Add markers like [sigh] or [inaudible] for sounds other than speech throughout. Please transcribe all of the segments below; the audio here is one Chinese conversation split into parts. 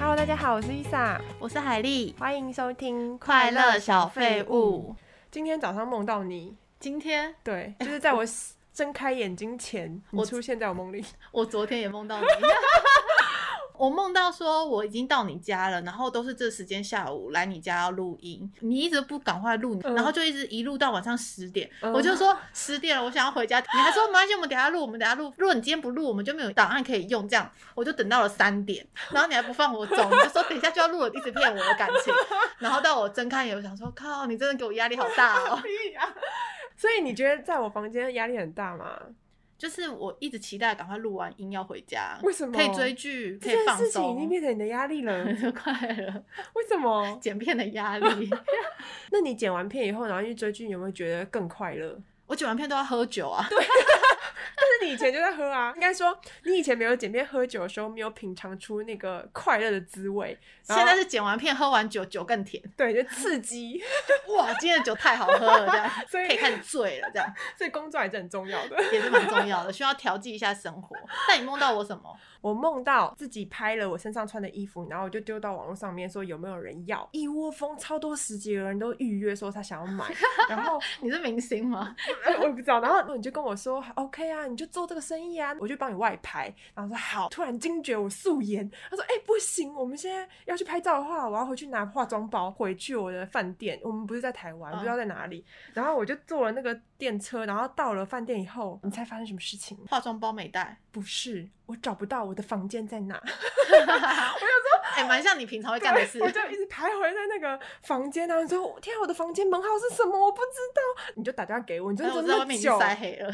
我是伊萨，我是海丽，欢迎收听快乐小废物。今天早上梦到你，今天 [laughs] 对，就是在我睁开眼睛前，你我出现在我梦 [laughs] 里。我昨天也梦 [laughs] 到你，我梦到说我已经到你家了，然后都是这时间下午来你家要录音，你一直不赶快录，嗯然后就一直一路到晚上十点，嗯我就说十点了，我想要回家，你还说没关系，我们等一下录，我们等一下录，如果你今天不录，我们就没有档案可以用，这样我就等到了三点，然后你还不放我走，你就说等一下就要录了，一直骗我的感情，然后到我睁开眼，我想说靠，你真的给我压力好大哦。 [laughs] 所以你觉得在我房间压力很大吗？就是我一直期待赶快录完音要回家，为什么可以追剧，可这以件放事情已经松，变成你的压力 [laughs] 了，快了，为什么？剪片的 [laughs] 压力。那你剪完片以后，然后去追剧，你有没有觉得更快乐？我剪完片都要喝酒啊，但是你以前就在喝啊，应 [laughs] 该说你以前没有剪片喝酒的时候，没有品尝出那个快乐的滋味，然后现在是剪完片喝完酒，酒 [laughs] 更甜。对，就刺激， [laughs] 哇，今天的酒太好喝了，这样所以可以开始醉了，这样所以工作还是很重要的。也是蛮重要的，需要调剂一下生活。那你梦到我什么？我梦到自己拍了我身上穿的衣服，然后我就丢到网络上面说有没有人要，一窝蜂，超多十几个人都预约说他想要买，然后你是明星吗？哎我也不知道，然后你就跟我说 OK 啊，你就做这个生意啊，我就帮你外拍，然后说好，突然惊觉我素颜，他说哎、不行，我们现在要去拍照的话，我要回去拿化妆包回去我的饭店，我们不是在台湾，嗯不知道在哪里，然后我就坐了那个电车，然后到了饭店以后，你猜发生什么事情？化妆包没带，不是，我找不到我的房间在哪。哎、蛮像你平常会干的事对。 [laughs] 我就一直徘徊在那个房间啊，然后说天、啊，我的房间门号是什么？我不知道。你就打电话给我，你就但哎我等在那外么面已久经，晒黑了，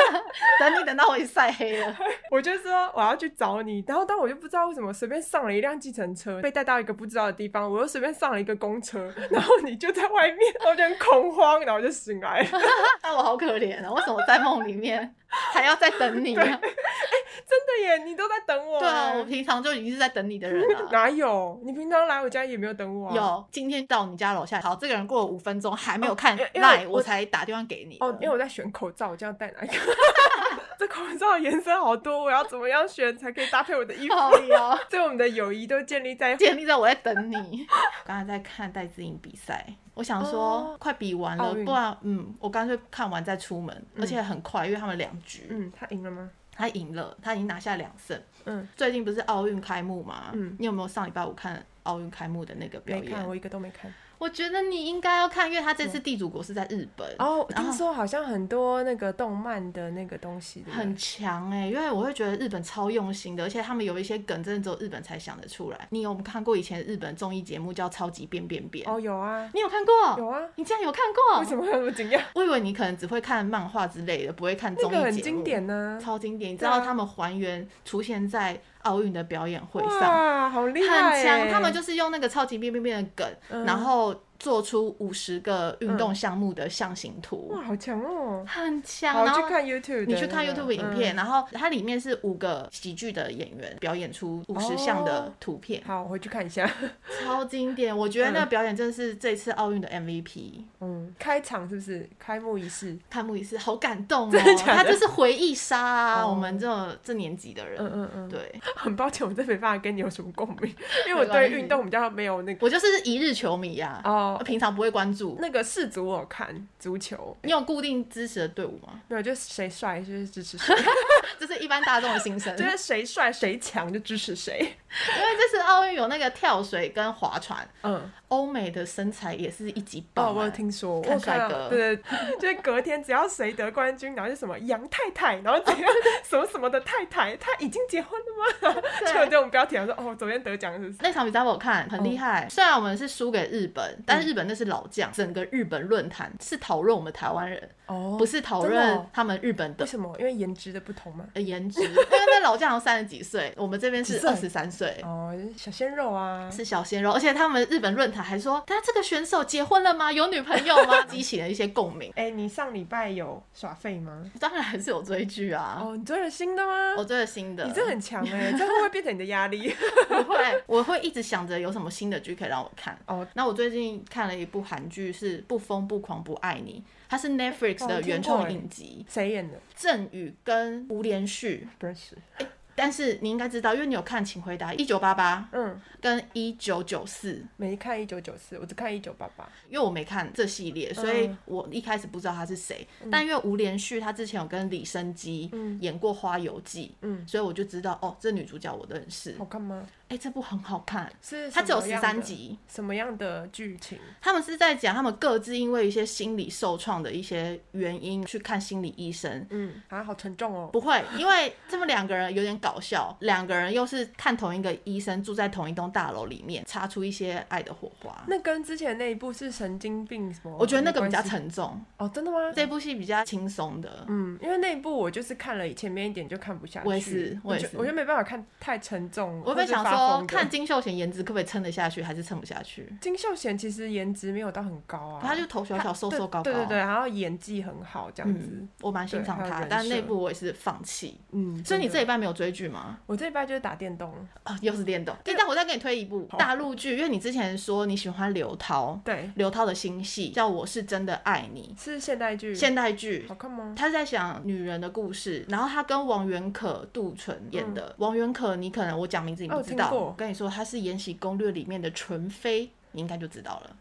[laughs] 等你等到我已经晒黑了，我就说我要去找你，然后但我就不知道为什么随便上了一辆计程车，被带到一个不知道的地方，我又随便上了一个公车，然后你就在外面，我就很恐慌，然后我就醒来了。 [laughs] 那我好可怜啊！为什么在梦里面还要再等你啊？真的耶，你都在等我。对啊，我平常就已经是在等你的人了。啊哪有？你平常来我家也没有等我、啊。。有，今天到你家楼下，好，这个人过了五分钟还没有看哦因为因为赖，我我才打电话给你的。哦，因为我在选口罩，我这样戴哪一个？ [laughs] 这口罩颜色好多，我要怎么样选才可以搭配我的衣服？好哟， [laughs] 所以我们的友谊都建立在建立在我在等你。 [laughs] 刚才在看戴资颖比赛，我想说哦快比完奥了，运嗯不然嗯，我干脆看完再出门，而且很快，因为他们两局，嗯，他赢了吗？他赢了，他已经拿下两胜。嗯，最近不是奥运开幕吗？嗯你有没有上礼拜五看奥运开幕的那个表没演看，？我一个都没看。我觉得你应该要看，因为他这次地主国是在日本，哦，然后听说好像很多那个动漫的那个东西，对不对很强哎、因为我会觉得日本超用心的，而且他们有一些梗真的只有日本才想得出来。你有看过以前日本综艺节目叫《超级变变变》？哦，有啊，你有看过？有啊。你竟然有看过？为什么会有那么惊讶？我以为你可能只会看漫画之类的，不会 [laughs] 看那综艺节个目。很经，典呢。超经典。你知对啊道他们还原出现在奥运的表演会上，哇，好厉害！很强，他们就是用那个超级变变变的梗，嗯然后做出五十个运动项目的象形图，哇，好强哦。很强。好，然去后看 YouTube，你的去看那个 YouTube 影片，嗯然后它里面是五个喜剧的演员表演出五十项的图片，嗯嗯好，我回去看一下。哦 [laughs] 超经典。我觉得那个表演真的是这次奥运的 MVP。嗯，开场是不是？开幕仪式。开幕仪式好感动真的哦，假的他就是回忆杀啊，哦我们这这年纪的人，嗯嗯嗯。对 [laughs] 很抱歉，我真没办法跟你有什么共鸣，因为我没关对系运动比较没有那个。我就是一日球迷呀、哦，平常不会关注。那个世足我有看足球，你有固定支持的队伍吗？ [laughs] 没有，就是谁帅就是支持 [laughs] 谁，这是一般大众的心 [laughs] 声，就因为是谁帅谁强就支持谁。这次奥运有那个跳水跟划船， [laughs] 嗯，欧美的身材也是一级棒、哎哦，我有，听说，我有看看帅到，哥对对，对就是隔天只要谁得冠军，然后就什么杨太太，然后怎 [laughs] 样什么什么的太太，她已经结婚了吗？就有对啊这，种标题，然后说哦，昨天得奖是不是？那场比赛我有看嗯很厉害，虽然我们是输给日本，但是日本那是老将，整个日本论坛是讨论我们台湾人，哦不是讨真的哦论他们日本的为什么？因为颜值的不同嘛。呃颜值，因 [laughs] 为那老将三十几岁，我们这边几是岁二十三岁。哦，小鲜肉啊，是小鲜肉，而且他们日本论坛还说，他这个选手结婚了吗？有女朋友吗？激起了一些共鸣。哎，你上礼拜有耍废吗？当然还是有追剧啊，哦，你追了新的吗？我追了新的。你这很强哎、这会不会变成你的压 [laughs] 力？不会，我会一直想着有什么新的剧可以让我看。哦，那我最近看了一部韩剧，是《不疯不狂不爱你》，它哦是 Netflix 哦我的听原过创哎影集，谁演的？郑宇跟吴连旭。不认识。但是你应该知道，因为你有看《请回答一九八八嗯，》跟《一九九四》，没看一九九四，我只看一九八八。因为我没看这系列，所以嗯我一开始不知道他是谁。但因为吴连旭他之前有跟李生基嗯演过《花游记》，嗯，所以我就知道哦，这女主角我认识。好看吗？哎、这部很好看，是它只有哦什么十样的三，集。什么样的剧情？他们是在讲他们各自因为一些心理受创的一些原因去看心理医生。嗯，啊，好沉重哦。不会，因为他们两个人有点搞笑，两个人又是看同一个医生，住在同一栋大楼里面，擦出一些爱的火花。那跟之前那一部是神经病什么？我觉得那个没比较关系沉重，哦，真的吗？这部戏比较轻松的。嗯，因为那一部我就是看了前面一点就看不下去，我也是我也觉是我觉得没办法看太沉重，我会会想发疯的说，看金秀贤颜值可不可以撑得下去，还是撑不下去？金秀贤其实颜值没有到很高啊，他就头小小、瘦对瘦高高，对啊对对，然后演技很好这样子嗯，，我蛮欣赏对还有他，人但设那部我也是放弃。嗯，所以你真的这一半没有追剧吗？我这一拜就是打电动，哦，又是电动。对，但我再给你推一部好大陆剧，因为你之前说你喜欢刘涛，对，刘涛的新戏叫《我是真的爱你是现代剧》，，现代剧，好看吗？他是在讲女人的故事，然后他跟王源可、杜淳演的。王源可，你可能我讲名字你嗯哦不知道，听过我跟你说他是《延禧攻略》里面的纯妃，你应该就知 [laughs] 道了。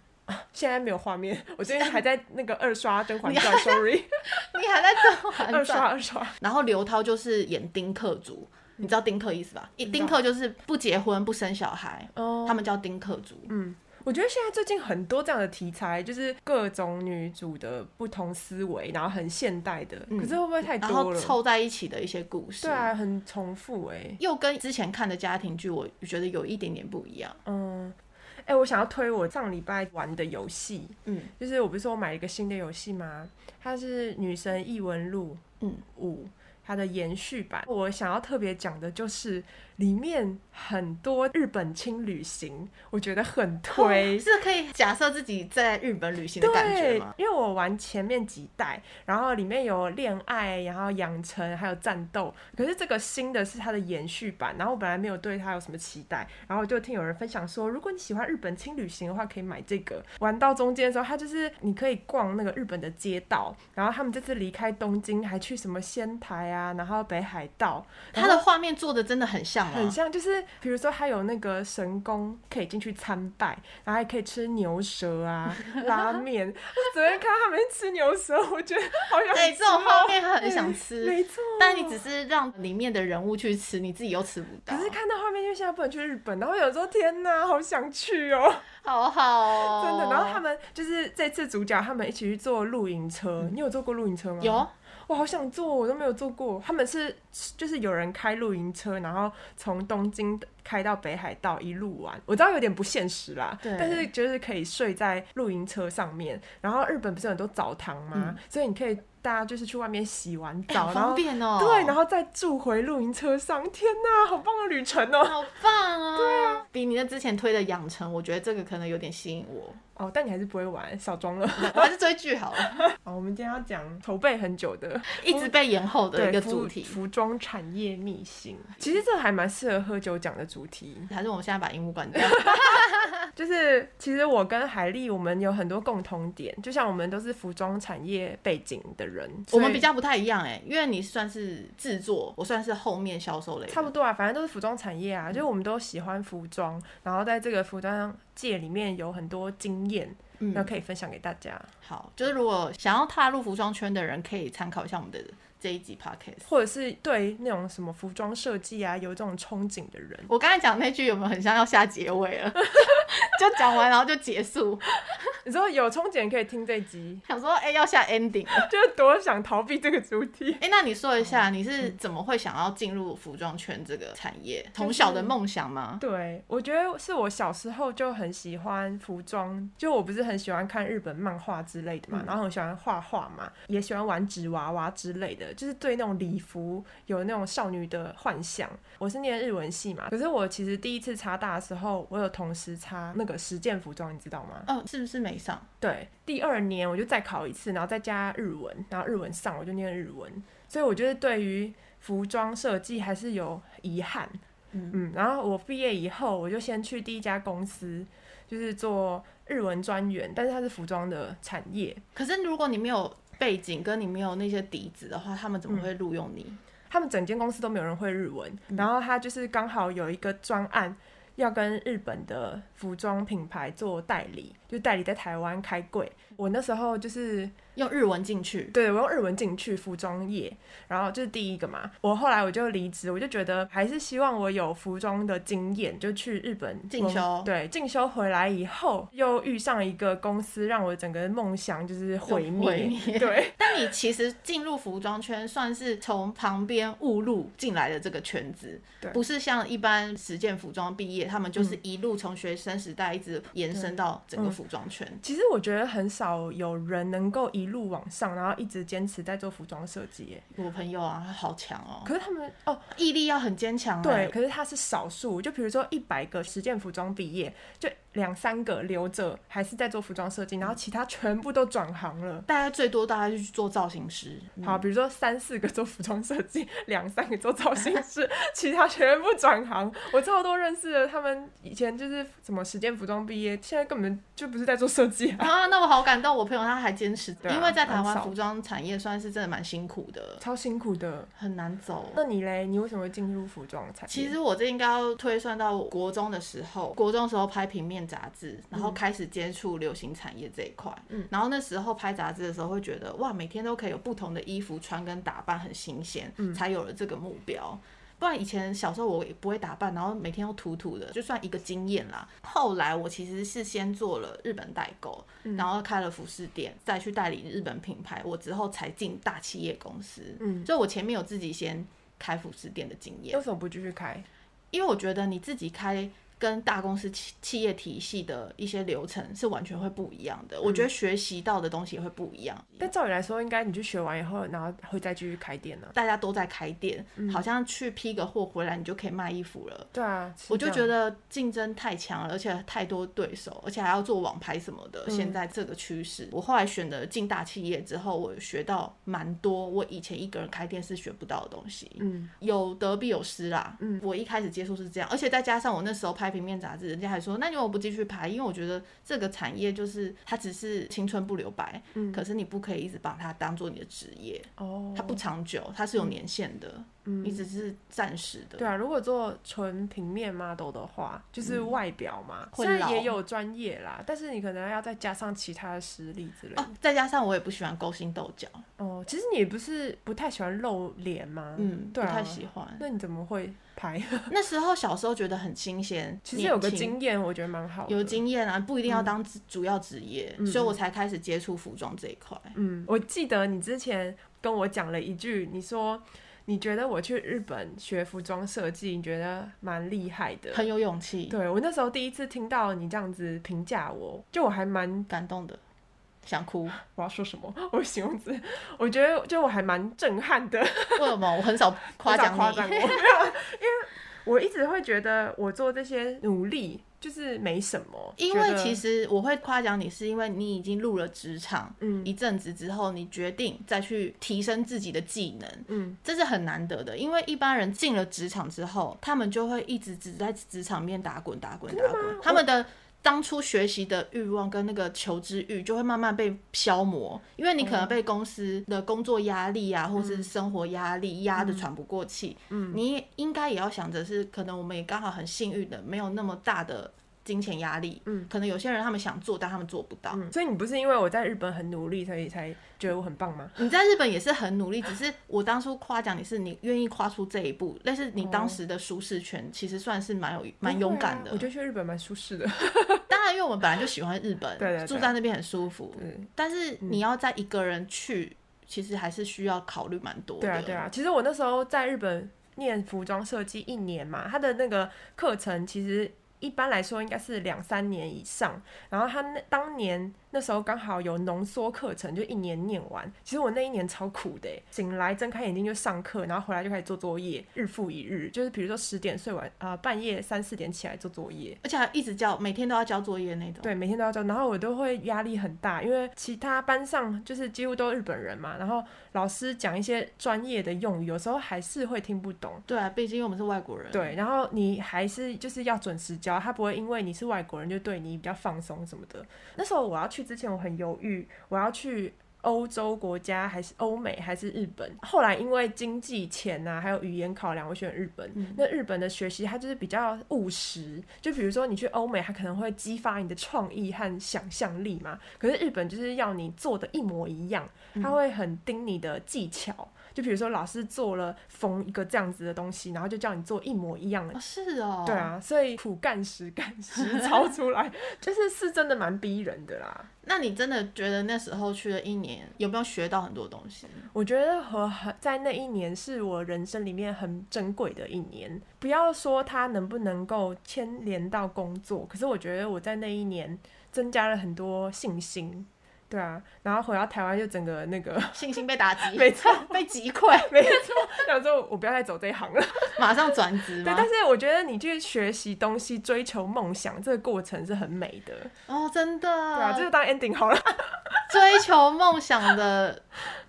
现在没有画 [laughs] 面，我最近还在那个二刷《甄嬛传》，sorry，你还在甄二嬛刷传？二刷，然后刘涛就是演丁克族，你知道丁克意思吧？嗯一丁克就是不结婚不生小孩，哦他们叫丁克族。嗯我觉得现在最近很多这样的题材，就是各种女主的不同思维，然后很现代的，嗯可是会不会太然多后了？凑在一起的一些故事。对啊，很重复哎、又跟之前看的家庭剧，我觉得有一点点不一样。嗯，哎、我想要推我上礼拜玩的游戏，嗯，就是我不是说我买了一个新的游戏吗？它是《女神异闻录》嗯五它的延续版。我想要特别讲的就是里面很多日本轻旅行，我觉得很推。是可以假设自己在日本旅行的感觉对吗？，因为我玩前面几代，然后里面有恋爱，然后养成，还有战斗。可是这个新的是它的延续版，然后我本来没有对它有什么期待，然后就听有人分享说，如果你喜欢日本轻旅行的话，可以买这个。玩到中间的时候，它就是你可以逛那个日本的街道，然后他们这次离开东京，还去什么仙台啊，然后北海道，它的画面做的真的很像很啊。像，就是比如说还有那个神宫可以进去参拜，然后还可以吃牛舌 [laughs] 啊、拉面。我昨天看到他们吃牛舌，我觉得好想吃、哦。对，这种画面很想 [laughs] 吃，没错。但你只是让里面的人物去吃，你自己又吃不到可。是看到画面，因为现在不能去日本，然后有时候天哪，好想去哦，好好哦，真的。然后他们就是这次主角他们一起去坐露营车，你有坐过露营车吗？有我好想坐，我都没有坐过。他们是就是有人开露营车，然后从东京开到北海道一路玩。我知道有点不现实啦，对但是就是可以睡在露营车上面。然后日本不是有很多澡堂吗？所以你可以大家就是去外面洗完嗯哎澡，好然方后便哦。对，然后后再住回露营车上。天哪，好棒的旅程哦！好棒 [laughs] 啊。对啊，比你那之前推的养成，我觉得这个可能有点吸引我。哦，但你还是不会玩，少装了。我还是追剧 [laughs] 好了，好，我们今天要讲筹备很久的一直被延后的对一个服主题。服装产业秘辛。其实这还蛮适合喝酒讲的主题。还是我们现在把荧幕关掉。就是其实我跟海丽，我们有很多共同点，就像我们都是服装产业背景的人，我所以们比较不太一样哎、因为你算是制作，我算是后面销售类的。差不多啊，反正都是服装产业啊，就是我们都喜欢服装，然后在这个服装界里面有很多经验，那、嗯，可以分享给大家，好，就是如果想要踏入服装圈的人，可以参考一下我们的这一集 podcast。或者是对那种什么服装设计啊有这种憧憬的人。我刚才讲那句有没有很像要下结尾了？ [laughs] 就讲完然后就结束，你说有憧憬可以听这集， [laughs] 想说哎、要下 ending 了。就是多想逃避这个主题。哎、那你说一下你是怎么会想要进入服装圈这个产业？从小的梦想吗？对，我觉得是我小时候就很喜欢服装，就我不是很喜欢看日本漫画之类的嘛，然后很喜欢画画嘛，也喜欢玩纸娃娃之类的，就是对那种礼服有那种少女的幻想。我是念日文系嘛，可是我其实第一次插大的时候，我有同时插那个实践服装，你知道吗？哦，是不是没上？对，第二年我就再考一次，然后再加日文，然后日文上我就念日文，所以我觉得对于服装设计还是有遗憾。嗯嗯，然后我毕业以后，我就先去第一家公司，就是做日文专员，但是它是服装的产业，嗯可是如果你没有背景，跟你没有那些底子的话，他们怎么会录用你？他他们整间公司都没有人会日文，然后他就是刚好有一个专案。要跟日本的服装品牌做代理，就代理在台湾开柜。我那时候就是用日文进去，对我用日文进去服装业，然后这是第一个嘛。我后来我就离职，我就觉得还是希望我有服装的经验，就去日本进修对，进修回来以后，又遇上一个公司，让我整个梦想就是毁灭。灭对，但你其实进入服装圈，算是从旁边误入进来的这个圈子对，嗯不是像一般实践服装毕业，他们就是一路从学生时代一直延伸到整个服装圈。其实我觉得很少有人能够一路往上，然后一直坚持在做服装设计耶。我朋友啊，他好强哦，嗯可是他们哦，毅力要很坚强、欸。对，，可是他是少数。就比如说一百个实践服装毕业，就两三个留着还是在做服装设计，然后其他全部都转行了。大家最多大家就去做造型师，好，比如说三四个做服装设计， [laughs] 两三个做造型师， [laughs] 其他全部转行。我超多认识的，他们以前就是什么实践服装毕业，现在根本就不是在做设计啊， [laughs] 啊，那我好感动，我朋友他还坚持，对啊因为在台蛮湾少服装产业算是真的蛮辛苦的，超辛苦的。很难走。那你嘞？你为什么会进入服装产业？其实我这应该要推算到我国中的时候，国中的时候拍平面杂志，然后开始接触流行产业这一块。嗯，然后那时候拍杂志的时候，会觉得哇，每天都可以有不同的衣服穿跟打扮，很新鲜，嗯才有了这个目标。不然以前小时候我也不会打扮，然后每天都土土的，就算一个经验啦。后来我其实是先做了日本代购，嗯然后开了服饰店，再去代理日本品牌，我之后才进大企业公司。嗯所以我前面有自己先开服饰店的经验为。什么不继续开？因为我觉得你自己开跟大公司企企业体系的一些流程是完全会不一样的，我嗯觉得学习到的东西也会不一样。但照理来说，应该你去学完以后，然后会再继续开店呢、大家都在开店，嗯好像去批个货回来，你就可以卖衣服了。对啊，是我就这样觉得竞争太强了，而且太多对手，而且还要做网拍什么的。嗯现在这个趋势，我后来选择进大企业之后，我学到蛮多我以前一个人开店是学不到的东西。嗯，有得必有失啦。嗯我一开始接触是这样，而且再加上我那时候拍平面杂志，人家还说，那你为什么不继续拍？因为我觉得这个产业就是它只是青春不留白，嗯可是你不可以一直把它当做你的职业，哦，它不长久，它是有年限的，嗯你只是暂时的。对啊，如果做纯平面 model 的话，就是外表嘛，嗯会虽然也老有专业啦，但是你可能要再加上其他的实力之类的哦。，再加上我也不喜欢勾心斗角，哦，其实你也不是不太喜欢露脸吗？嗯，对不啊，太喜欢。那你怎么会拍？ [laughs] 那时候小时候觉得很新鲜，其实有个年轻经验，我觉得蛮好的。有经验啊，不一定要当自主要职业，嗯所以我才开始接触服装这一块。嗯，我记得你之前跟我讲了一句，你说你觉得我去日本学服装设计，你觉得蛮厉害的。很有勇气，对我那时候第一次听到你这样子评价我，就我还蛮感动的，想哭。 [laughs] 我要说什么？ [laughs] 我形容词，我觉得就我还蛮震撼 [laughs] 的，为什么我很少夸奖夸奖你？我， [laughs] 没有因为我一直会觉得我做这些努力就是没什么，因觉为得其实我会夸奖你，是因为你已经入了职场嗯一阵子之后，你决定再去提升自己的技能，嗯这是很难得的。因为一般人进了职场之后，他们就会一直只在职场里面打滚、打滚、打啊滚，他们的。当初学习的欲望跟那个求知欲就会慢慢被消磨，因为你可嗯能被公司的工作压力啊，或是生活压力压得喘不过气，嗯你应该也要想着是，可能我们也刚好很幸运的，没有那么大的金钱压力。嗯，可能有些人他们想做，但他们做不到。嗯，所以你不是因为我在日本很努力，所以才觉得我很棒吗？你在日本也是很努力，只是我当初夸奖你是你愿意跨出这一步，但是你当时的舒适圈其实算是蛮有蛮勇敢哦不的会啊。我觉得去日本蛮舒适的。当然，因为我们本来就喜欢日 [laughs] 本，对对对住在那边很舒服。对嗯但是你要在一个人去，其实还是需要考虑蛮多的。对啊，对啊。其实我那时候在日本念服装设计一年嘛，他的那个课程其实一般来说应该是两三年以上。然后他那当年那时候刚好有浓缩课程，就一年念完。其实我那一年超苦的欸，醒来睁开眼睛就上课，然后回来就开始做作业，日复一日。就是比如说十点睡完啊、呃半夜三四点起来做作业，而且还一直交，每天都要交作业那种。对，每天都要交，然后我都会压力很大，因为其他班上就是几乎都日本人嘛，然后老师讲一些专业的用语，有时候还是会听不懂。对啊，毕竟我们是外国人。对，然后你还是就是要准时交，他不会因为你是外国人就对你比较放松什么的。那时候我要去之前，我很犹豫，我要去欧洲国家，还是欧美，还是日本。后来因为经济、钱呐、还有语言考量，我选日本。嗯那日本的学习，它就是比较务实。就比如说你去欧美，它可能会激发你的创意和想象力嘛。可是日本就是要你做的一模一样，它会很盯你的技巧。就比如说老师做了缝一个这样子的东西，然后就叫你做一模一样的哦，是哦，对，啊，所以苦干实干实操出来，就是是真的蛮逼人的啦。那你真的觉得那时候去了一年，有没有学到很多东西？我觉得和在那一年是我人生里面很珍贵的一年。不要说它能不能够牵连到工作，可是我觉得我在那一年增加了很多信心。对啊，然后回到台湾就整个那个， [laughs] 信心被打击，没错， [laughs] 被击溃，没错，想说我不要再走这一行了。马上转职对，吗但？是我觉得你去学习东西、追求梦想这个过程是很美的。哦，真的，对啊，这就当 ending 好了。 [laughs] 追求梦想的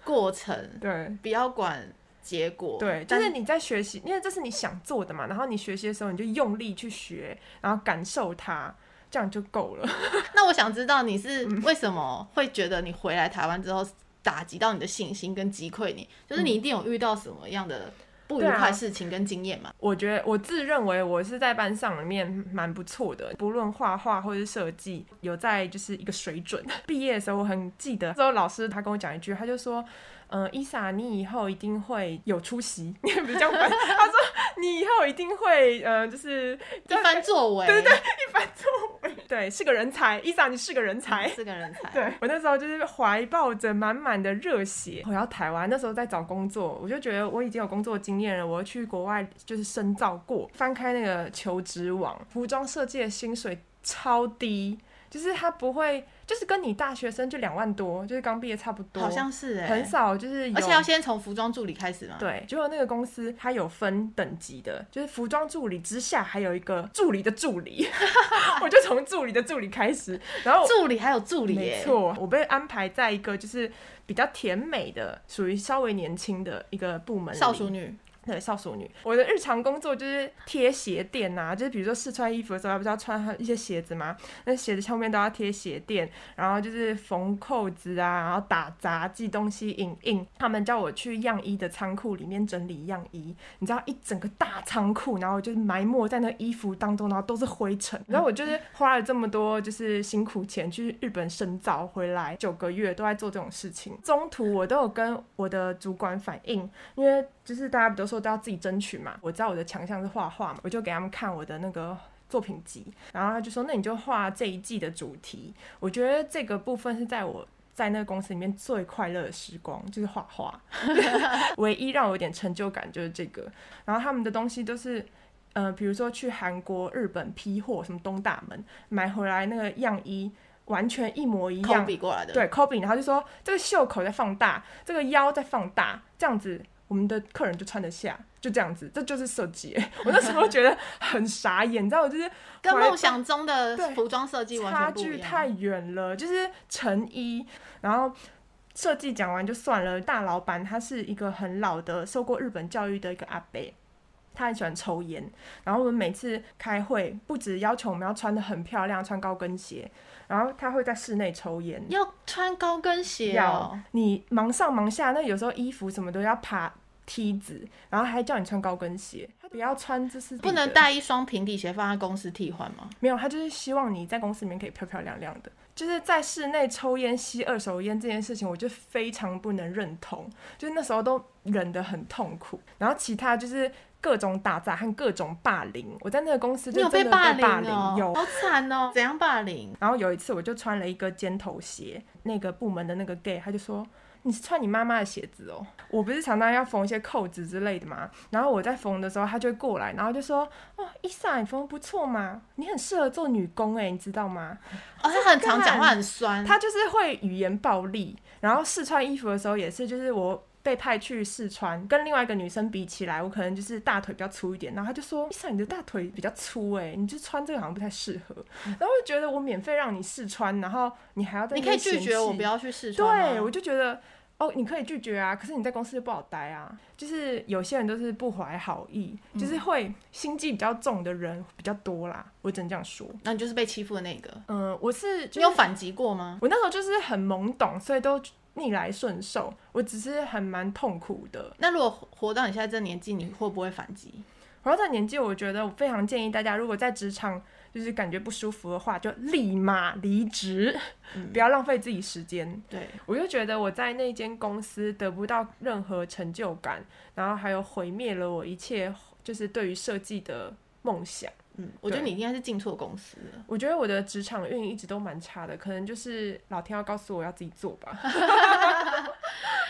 过程， [laughs] 对。不要管结果，对，就但是你在学习，因为这是你想做的嘛，然后你学习的时候你就用力去学，然后感受它，这样就够了。那我想知道你是嗯为什么会觉得你回来台湾之后打击到你的信心跟击溃你，就是嗯你一定有遇到什么样的不愉对啊快事情跟经验嘛？我觉得我自认为我是在班上里面蛮不错的，不论画画或是设计，有在就是一个水准。毕业的时候我很记得，之后老师他跟我讲一句，他就说。嗯，伊莎，你以后一定会有出 [laughs] 息，你也不是这样翻。他说你以后一定会，呃，就是一番作为，对对一番作为，对，是个人才。伊莎，你是个人才。是个人才。对我那时候就是怀抱着满满的热血回到台湾，那时候在找工作，我就觉得我已经有工作经验了，我又去国外就是深造过，翻开那个求职网，服装设计的薪水超低，就是它不会，就是跟你大学生就两万多，就是刚毕业差不多，好像是哎、很，少，就是有而且要先从服装助理开始嘛。，对，结果那个公司它有分等级的，就是服装助理之下还有一个助理的助理， [laughs] 我就从助理的助理开始，然后助理还有助理、欸，没，错，我被安排在一个就是比较甜美的，属于稍微年轻的一个部门里。少淑女，对少淑女，我的日常工作就是贴鞋垫呐、就是比如说试穿衣服的时候，她不是要穿一些鞋子吗？那鞋子后面都要贴鞋垫，然后就是缝扣子啊，然后打杂、寄东西、影印。他们叫我去样衣的仓库里面整理样衣，你知道一整个大仓库，然后我就是埋没在那衣服当中，然后都是灰尘。然后我就是花了这么多就是辛苦钱去日本深造回来，九个月都在做这种事情。中途我都有跟我的主管反映，因为就是大家不都说都要自己争取嘛。我知道我的强项是画画嘛，我就给他们看我的那个作品集，然后他就说：“那你就画这一季的主题。”我觉得这个部分是在我。在那个公司里面最快乐的时光就是画画，唯一让我有点成就感就是这个。然后他们的东西都是，呃，比如说去韩国、日本批货，什么东大门买回来那个样衣，完全一模一抠样，比过来的，，对 c o p y 然后就说这个袖口在放大，这个腰在放大，这样子我们的客人就穿得下，就这样子，这就是设计。 [laughs] 我那时候觉得很傻眼，你知道，我就是跟怀抱梦想中的对服装设计完差全不距一样。太远了，就是成衣，然后。设计讲完就算了，大老板他是一个很老的、受过日本教育的一个阿伯，他很喜欢抽烟。然后我们每次开会，不止要求我们要穿的很漂亮，穿高跟鞋，然后他会在室内抽烟。要穿高跟鞋要哦，你忙上忙下，那有时候衣服什么都要爬梯子，然后还叫你穿高跟鞋，他不要穿就是不能带。带一双平底鞋放在公司替换吗？没有，他就是希望你在公司里面可以漂漂亮亮的。就是在室内抽烟、吸二手烟这件事情，我就非常不能认同。就是那时候都忍得很痛苦，然后其他就是各种打杂和各种霸凌。我在那个公司你就有真的霸被霸凌，哦，有好惨 [laughs] 哦！怎样霸凌？然后有一次我就穿了一个尖头鞋，那个部门的那个 gay 他就说。你是穿你妈妈的鞋子哦，我不是常常要缝一些扣子之类的嘛，然后我在缝的时候，他就会过来，然后就说：“哦，伊莎，你缝得不错嘛，你很适合做女工哎、你知道吗？”哦，他很常讲话很酸，他就是会语言暴力，然后试穿衣服的时候也是，就是我被派去试穿，跟另外一个女生比起来，我可能就是大腿比较粗一点，然后他就说：“伊莎，你的大腿比较粗哎、你就穿这个好像不太适合。”然后我就觉得我免费让你试穿，然后你还要在你那可以边拒嫌绝我弃不要去试穿吗。对，我就觉得哦，你可以拒绝啊，可是你在公司就不好待啊。就是有些人都是不怀好意，就是会心机比较重的人比较多啦，我只能这样说。那你就是被欺负的那个。嗯，我是、就是、你有反击过吗？我那时候就是很懵懂，所以都逆来顺受，我只是还蛮痛苦的。那如果活活到你现在这年纪，你会不会反击？然后这年纪，我觉得我非常建议大家，如果在职场就是感觉不舒服的话，就立马离职，嗯不要浪费自己时间。对，我就觉得我在那间公司得不到任何成就感，然后还有毁灭了我一切就是对于设计的梦想。嗯，我觉得对你应该是进错公司了。 [laughs] 我觉得我的职场运一直都蛮差的，可能就是老天要告诉我要自己做吧。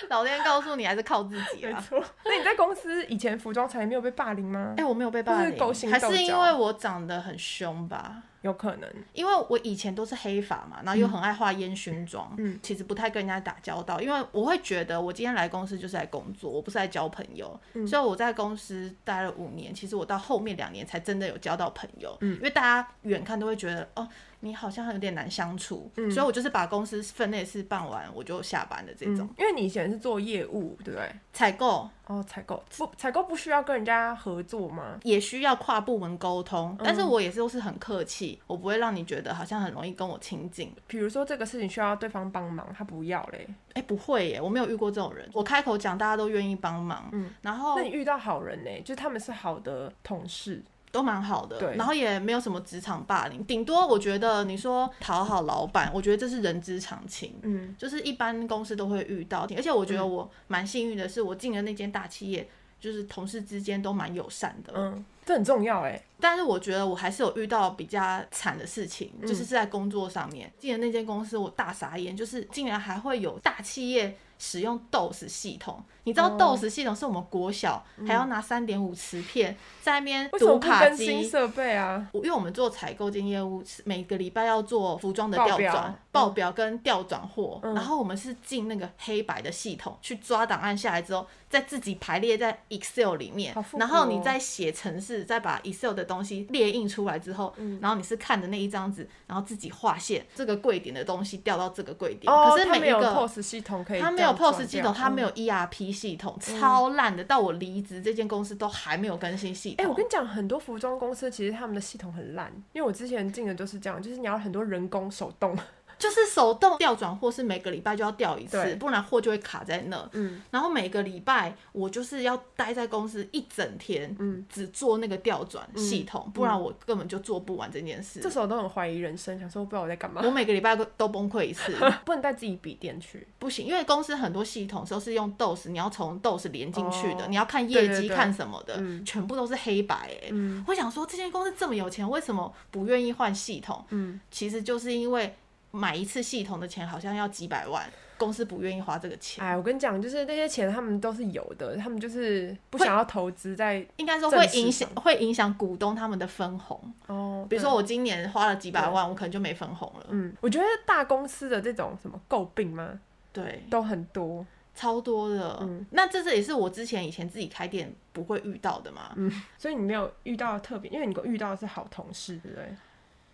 老天告诉你，还是靠自己没啊。错。那你在公司以前服装产业没有被霸凌吗？哎、我没有被霸就是勾凌，心还斗是因角为我长得很凶吧？有可能。因为我以前都是黑发嘛，然后又很爱画烟熏妆，嗯其实不太跟人家打交道，因为我会觉得我今天来公司就是来工作，我不是来交朋友。嗯所以我在公司待了五年，其实我到后面两年才真的有交到朋友，嗯因为大家远看都会觉得哦，你好像有点难相处，嗯所以我就是把公司分内事办完我就下班的这种。嗯，因为你以前是做业务，对不对？采购哦，采购不，采购不需要跟人家合作吗？也需要跨部门沟通，嗯但是我也是都是很客气，我不会让你觉得好像很容易跟我亲近。比如说这个事情需要对方帮忙，他不要嘞。哎、不会耶，我没有遇过这种人。我开口讲，大家都愿意帮忙，嗯，然后那你遇到好人呢？就是他们是好的同事，都蛮好的，对然后也没有什么职场霸凌，顶多我觉得你说讨好老板，我觉得这是人之常情。嗯，就是一般公司都会遇到，而且我觉得我蛮幸运的是，我进了那间大企业，就是同事之间都蛮友善的。嗯，这很重要哎。但是我觉得我还是有遇到比较惨的事情，嗯就是是在工作上面。进了那间公司，我大傻眼，就是竟然还会有大企业使用 DOS 系统。你知道哦嗯 DOS 系统是我们国小、还要拿三点五磁片在那边为什么读不卡更新机。设备啊？我因为我们做采购兼业务，是每个礼拜要做服装的报调表转嗯、报表跟调转货，嗯然后我们是进那个黑白的系统去抓档案下来之后，再自己排列在 Excel 里面好，复古然后你哦再写程式，再把 Excel 的东西列印出来之后，嗯然后你是看着那一张纸，然后自己划线，这个柜点的东西调到这个柜点，哦，可是他每没一有个 POS 系统可以这他样嗯没转有掉， POS 系统，他没有。有 ERP 系统，超烂的。到我离职这间公司都还没有更新系哎、统。我跟你讲，很多服装公司其实他们的系统很烂，因为我之前进的就是这样，就是你要很多人工手动。就是手动调转货是每个礼拜就要调一次对，不然货就会卡在那。嗯，然后每个礼拜我就是要待在公司一整天，嗯，只做那个调转系统，不然我根本就做不完这件事这。时候都很怀疑人生，想说不知道我在干嘛我，每个礼拜都都崩溃 [laughs] 一次，不能带自己笔电去。不行，因为公司很多系统都是用 DOS，你要从 DOS 连进去的，哦你要看业绩对对对看什么的，嗯全部都是黑白、欸。嗯我想说，这间公司这么有钱，为什么不愿意换系统？嗯，其实就是因为买一次系统的钱好像要几百万，公司不愿意花这个钱。哎，我跟你讲，就是那些钱他们都是有的，他们就是不想要投资在应该说会正式影响，会影响股东他们的分红。哦，比如说对。我今年花了几百万，我可能就没分红了。嗯，我觉得大公司的这种什么诟病吗，对，都很多。超多的。嗯那这是也是我之前以前自己开店不会遇到的嘛。所以你没有遇到特别，因为你遇到的是好同事，对不对？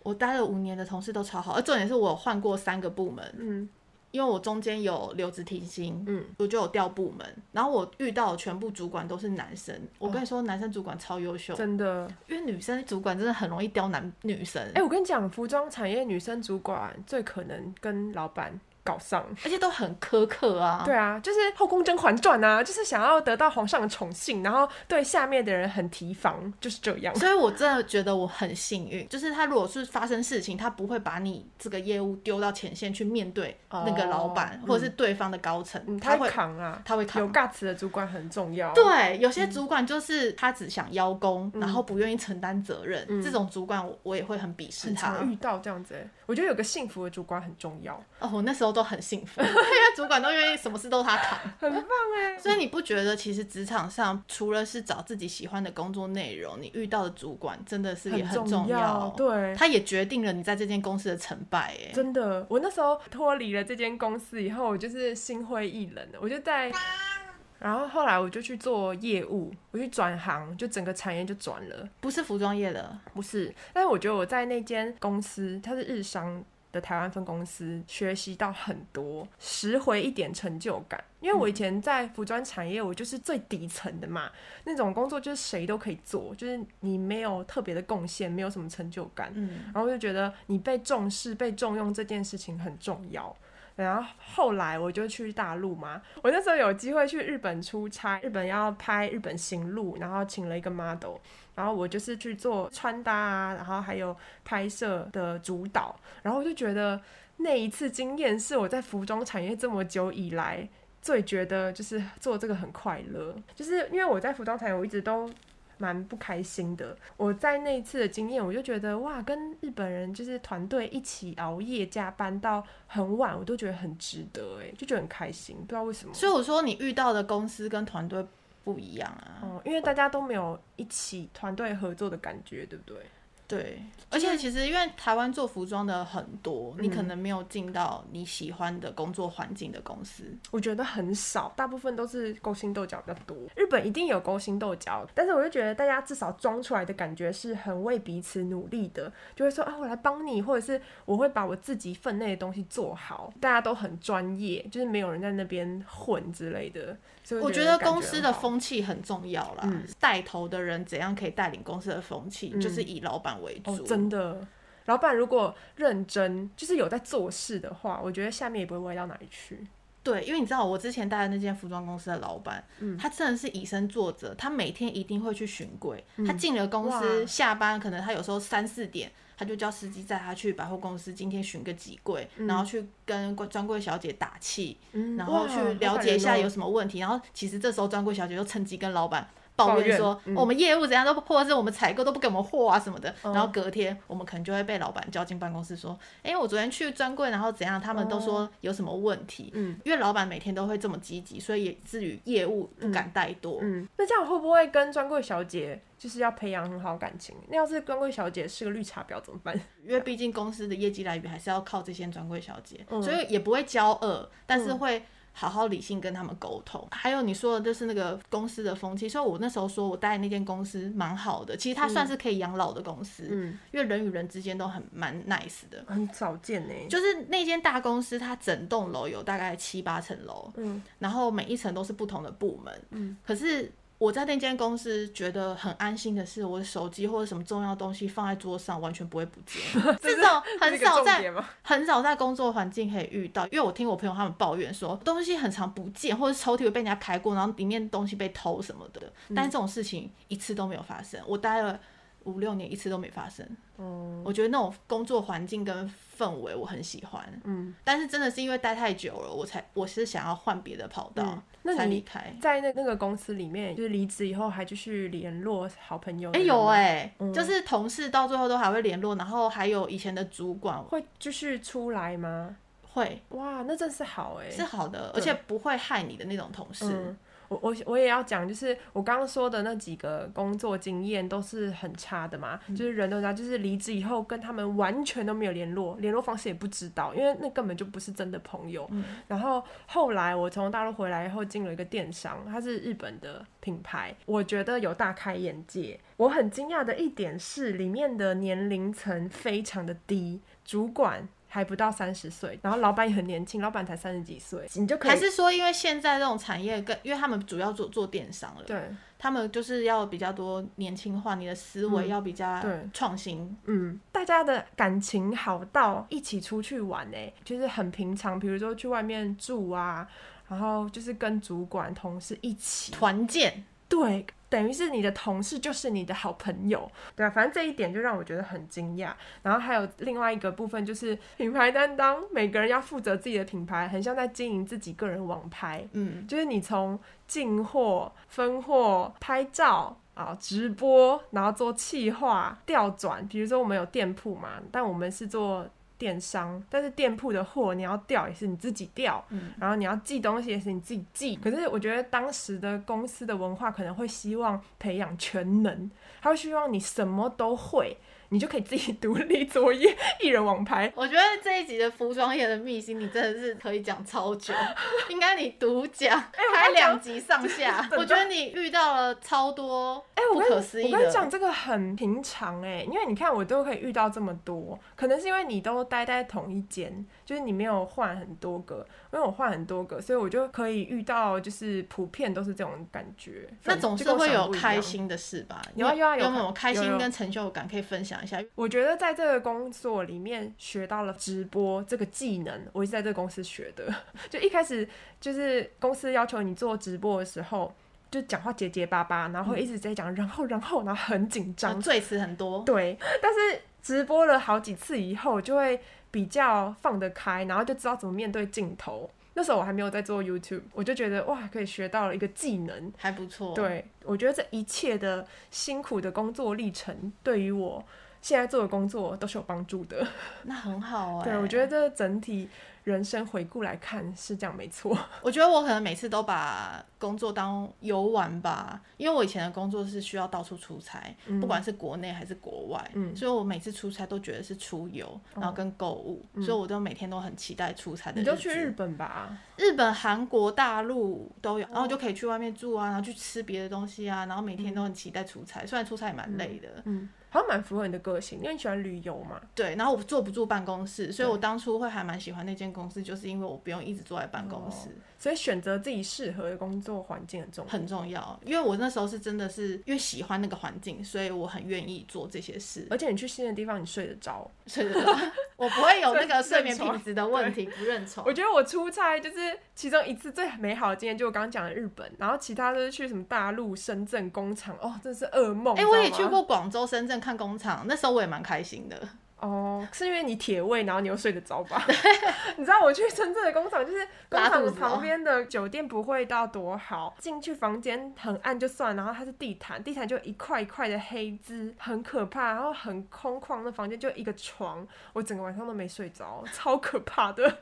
我待了五年的同事都超好，而重点是我有换过三个部门，嗯因为我中间有留职停薪，嗯，我就有调部门，然后我遇到的全部主管都是男生。我跟你说，男生主管超优秀，哦真的。因为女生主管真的很容易刁难女生，哎、我跟你讲，服装产业女生主管最可能跟老板搞上。而且都很苛刻啊。对啊，就是《后宫甄嬛传》啊，就是想要得到皇上的宠幸，然后对下面的人很提防，就是这样。所以我真的觉得我很幸运，就是他如果是发生事情，他不会把你这个业务丢到前线去面对那个老板、哦或者是对方的高层，嗯，他他会会扛啊，他会有扛。 guts 的主管很重要。，对，有嗯些主管就是他只想邀功，然后不愿意承担责任，这种主管我我也会很鄙视嗯很他常。遇到这样子欸、我觉得有个幸福的主管很重要。哦，我那时候都很幸 [laughs] 福，因为主管都愿意什么事都他扛，很棒哎。 [laughs] 所以你不觉得其实职场上除了是找自己喜欢的工作内容，你遇到的主管真的是也很很重哦重要对他也决定了你在这间公司的成败哎。真的，我那时候脱离了这间公司以后，我就是心灰意冷了。我就在，然后后来我就去做业务，我去转行，就整个产业就转了。不是服装业的，不是，但是我觉得我在那间公司，它是日商的台湾分公司，学习到很多，拾回一点成就感。因为我以前在服装产业，我就是最底层的嘛，那种工作就是谁都可以做，就是你没有特别的贡献，没有什么成就感。嗯，然后我就觉得你被重视、被重用这件事情很重要。然后后来我就去大陆嘛，我那时候有机会去日本出差，日本要拍日本行路，然后请了一个 model，然后我就是去做穿搭啊，然后还有拍摄的主导，然后我就觉得那一次经验是我在服装产业这么久以来最觉得就是做这个很快乐，就是因为我在服装产业我一直都。蛮不开心的。我在那一次的经验，我就觉得哇，跟日本人就是团队一起熬夜加班到很晚，我都觉得很值得哎，就觉得很开心，不知道为什么。所以我说你遇到的公司跟团队不一样啊。哦、因为大家都没有一起团队合作的感觉，对不对？对，而且其实因为台湾做服装的很多，你可嗯能没有进到你喜欢的工作环境的公司。我觉得很少，大部分都是勾心斗角比较多。日本一定有勾心斗角，但是我就觉得大家至少装出来的感觉是很为彼此努力的，就会说啊，我来帮你，或者是我会把我自己分内的东西做好，大家都很专业，就是没有人在那边混之类的。所以我觉觉得得感公司的很好风气很重要啦，嗯带头的人怎样可以带领公司的风气，就是以老板为主。哦，真的。老板如果认真，就是有在做事的话，我觉得下面也不会歪到哪里去。对，因为你知道我之前待的那间服装公司的老板，嗯他真的是以身作则，他每天一定会去巡柜。他进了公嗯哇司下班，可能他有时候三四点，他就叫司机载他去百货公司，今天巡个几柜，然后去跟专柜小姐打气，嗯然后哇去好了感解一人下哦有什么问题。然后其实这时候专柜小姐就趁机跟老板。抱抱怨怨说、嗯我们业务怎样都不或者是我们采购都不给我们货啊什么的，然后隔天我们可能就会被老板叫进办公室说，哎、我昨天去专柜，然后怎样，他们都说有什么问题，哦嗯因为老板每天都会这么积极，所以也至于业务不敢怠惰，嗯，那这样会不会跟专柜小姐就是要培养很好感情？那要是专柜小姐是个绿茶婊怎么办？因为毕竟公司的业绩来源还是要靠这些专柜小姐，嗯所以也不会骄恶，但是会好好理性跟他们沟通。还有你说的就是那个公司的风气，所以我那时候说我待的那间公司蛮好的，其实它算是可以养老的公司，嗯，因为人与人之间都很蛮 nice 的。很少见呢、就是那间大公司，它整栋楼有大概七八层楼，嗯然后每一层都是不同的部门。嗯，可是我在那间公司觉得很安心的是，我的手机或者什么重要东西放在桌上完全不会不 [laughs] 见，这种很这个少重在点吗？很少在工作环境可以遇到。因为我听我朋友他们抱怨说，东西很常不见，或者抽屉有被人家开过，然后里面东西被偷什么的，嗯但是这种事情一次都没有发生。我待了。五六年一次都没发生，哦，我觉得那种工作环境跟氛围我很喜欢，嗯，但是真的是因为待太久了，我才我是想要换别的跑道，嗯那才你离开。在那那个公司里面，就是离职以后还继续联络好朋友的哎、人吗，有哎、就是同事到最后都还会联络，然后还有以前的主管会继续出来吗？会哇，那真是好哎、是好的，而且不会害你的那种同事。嗯我我我也要讲，就是我刚刚说的那几个工作经验都是很差的嘛，嗯就是人都知道，就是离职以后跟他们完全都没有联络，联络方式也不知道，因为那根本就不是真的朋友。嗯然后后来我从大陆回来以后，进了一个电商，它是日本的品牌，我觉得有大开眼界。我很惊讶的一点是，里面的年龄层非常的低，主管。还不到三十岁，然后老板也很年轻，老板才三十几岁，你就可以还是说，因为现在这种产业跟，因为他们主要做做电商了，对，他们就是要比较多年轻化，你的思维要比较对创新。嗯，大家的感情好到一起出去玩呢、就是很平常，比如说去外面住啊，然后就是跟主管、同事一起，团建，对，等于是你的同事就是你的好朋友，对啊，反正这一点就让我觉得很惊讶。然后还有另外一个部分就是品牌担当，每个人要负责自己的品牌，很像在经营自己个人网拍，嗯，就是你从进货、分货、拍照啊、直播，然后做企划、调转。比如说我们有店铺嘛，但我们是做电商，但是店铺的货你要调也是你自己调，嗯然后你要寄东西也是你自己寄。可是我觉得当时的公司的文化可能会希望培养全能，他会希望你什么都会。你就可以自己 [laughs] 独立作业，一人网拍，我觉得这一集的服装业的秘辛，你真的是可以讲超 [laughs] 久，应该你独哎讲，开两集上下。我觉得你遇到了超多哎、不我跟可你思议我跟你讲，的。这个很平常哎、因为你看我都可以遇到这么多，可能是因为你都待在同一间，就是你没有换很多个，因为我换很多个，所以我就可以遇到就是普遍都是这种感觉。那反总是就跟我会想的有不一样开，心的事吧？有啊有啊有啊有没有开有心有跟成就感可以分享一下。我觉得在这个工作里面学到了直播这个技能，我是在这个公司学的。 [laughs] 就一开始就是公司要求你做直播的时候，就讲话结结巴巴，然后嗯会一直在讲、然后然后，然后很紧张然后。赘词很多，对，但是直播了好几次以后，就会比较放得开，然后就知道怎么面对镜头。那时候我还没有在做 YouTube，我就觉得哇，可以学到了一个技能。还不错。，对，我觉得这一切的辛苦的工作历程，对于我现在做的工作都是有帮助的。那很好哎、对，我觉得这整体人生回顾来看是这样，没错。我觉得我可能每次都把工作当游玩吧，因为我以前的工作是需要到处出差， [laughs] 不管是国内还是国外，嗯哦所以我每次出差都觉得是出游，然后跟购物，所以我都每天都很期待出差的嗯你日子。就去日本吧，日本、韩国、大陆都有，然后哦我就可以去外面住啊，然后去吃别的东西啊，然后每天都很期待出差，虽然出差也蛮累的，嗯，好像蛮符合你的个性，因为你喜欢旅游嘛。对，然后我坐不住办公室，所以我当初会还蛮喜欢那间公司，就是因为我不用一直坐在办公室。所以选择自己适合的工作环境很重要。很重要，因为我那时候是真的是因为喜欢那个环境，所以我很愿意做这些事。而且你去新的地方，你睡得着。所以 [laughs] 我不会有那个睡眠认床品质的问题，不认床。我觉得我出差就是其中一次最美好的经验，就我刚刚讲的日本，然后其他都是去什么大陆、深圳工厂，哦，真是噩梦。哎、你知道我吗也去过广州、深圳看工厂，那时候我也蛮开心的。哦，是因为你铁胃，然后你又睡得着吧？ [laughs] 你知道我去深圳的工厂，就是工拉肚厂子哦旁边的酒店不会到多好，进去房间很暗就算，然后它是地毯，地毯就一块一块的黑渍，很可怕，然后很空旷，那房间就一个床，我整个晚上都没睡着，超可怕的。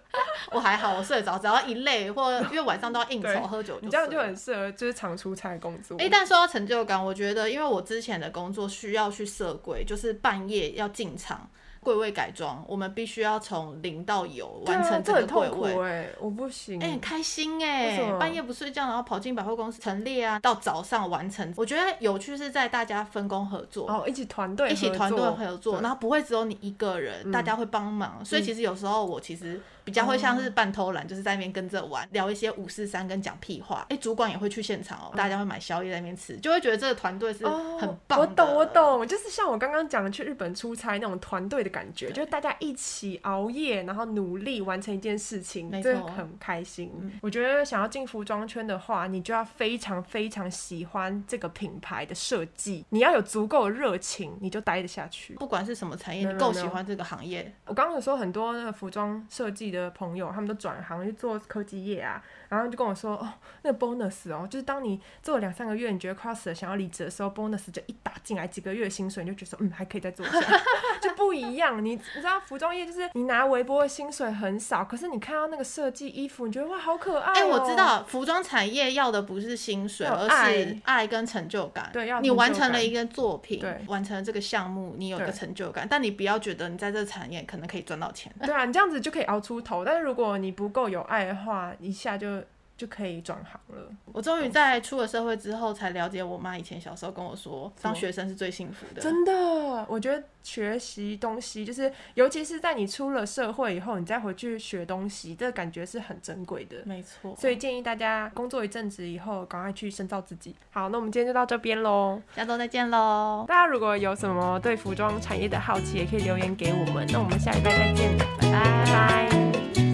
我还好，我睡得着，只要一累或因为晚上都要应对酬喝酒，你这样就很。适合就是常出差的工作。哎、但说到成就感，我觉得因为我之前的工作需要去设柜，就是半夜要进场柜位改装，我们必须要从零到有对啊完成这整个很柜痛苦位。哎、我不行。哎、很开心为哎、什么半夜不睡觉，然后跑进百货公司陈列啊，到早上完成。我觉得有趣是在大家分工合作，哦，一起团队一起合团队作哦合作，对嗯然后不会只有你一个人，大家会帮忙。所以其实有时候我其实比较会像是哦半偷懒，就是在那边跟着玩，聊一些五四三跟讲屁话。哎、主管也会去现场哦，大家会买宵夜在那边吃，就会觉得这个团队是哦很棒、我懂，我。懂，就是像我刚刚讲的去日本出差那种团队的感觉，就是大家一起熬夜，然后努力完成一件事情，没这错嗯很开心。我觉得想要进服装圈的话，你就要非常非常喜欢这个品牌的设计，你要有足够的热情，你就待得下去。不管是什么产业，没有你够没有喜欢这个行业，我刚刚有说很多那个服装设计的朋友，他们都转行去做科技业啊，然后就跟我说，哦，那个 bonus 哦，就是当你做了两三个月，你觉得快要死了，想要离职的时候，bonus 就一打进来几个月的薪水，你就觉得说，嗯，还可以再做一下， [laughs] 就不一样。你你知道服装业就是你拿微波的薪水很少，可是你看到那个设计衣服，你觉得哇，好可爱、哦。哎、我知。道，服装产业要的不是薪水，要而是爱爱跟成就感。对要有你成就完成感了一个作品对，完成了这个项目，你有一个对成就感，但你不要觉得你在这个产业可能可以赚到钱。对啊，你这样子就可以熬出头，但是如果你不够有爱的话，一下就就可以转行了。我终于在出了社会之后，才了解我妈以前小时候跟我说，当学生是最幸福的。真的，我觉得学习东西，就是尤其是在你出了社会以后，你再回去学东西，这个感觉是很珍贵的。没错，所以建议大家工作一阵子以后，赶快去深造自己。好，那我们今天就到这边喽。下周再见喽，大家如果有什么对服装产业的好奇，也可以留言给我们。那我们下礼拜再见，拜拜拜。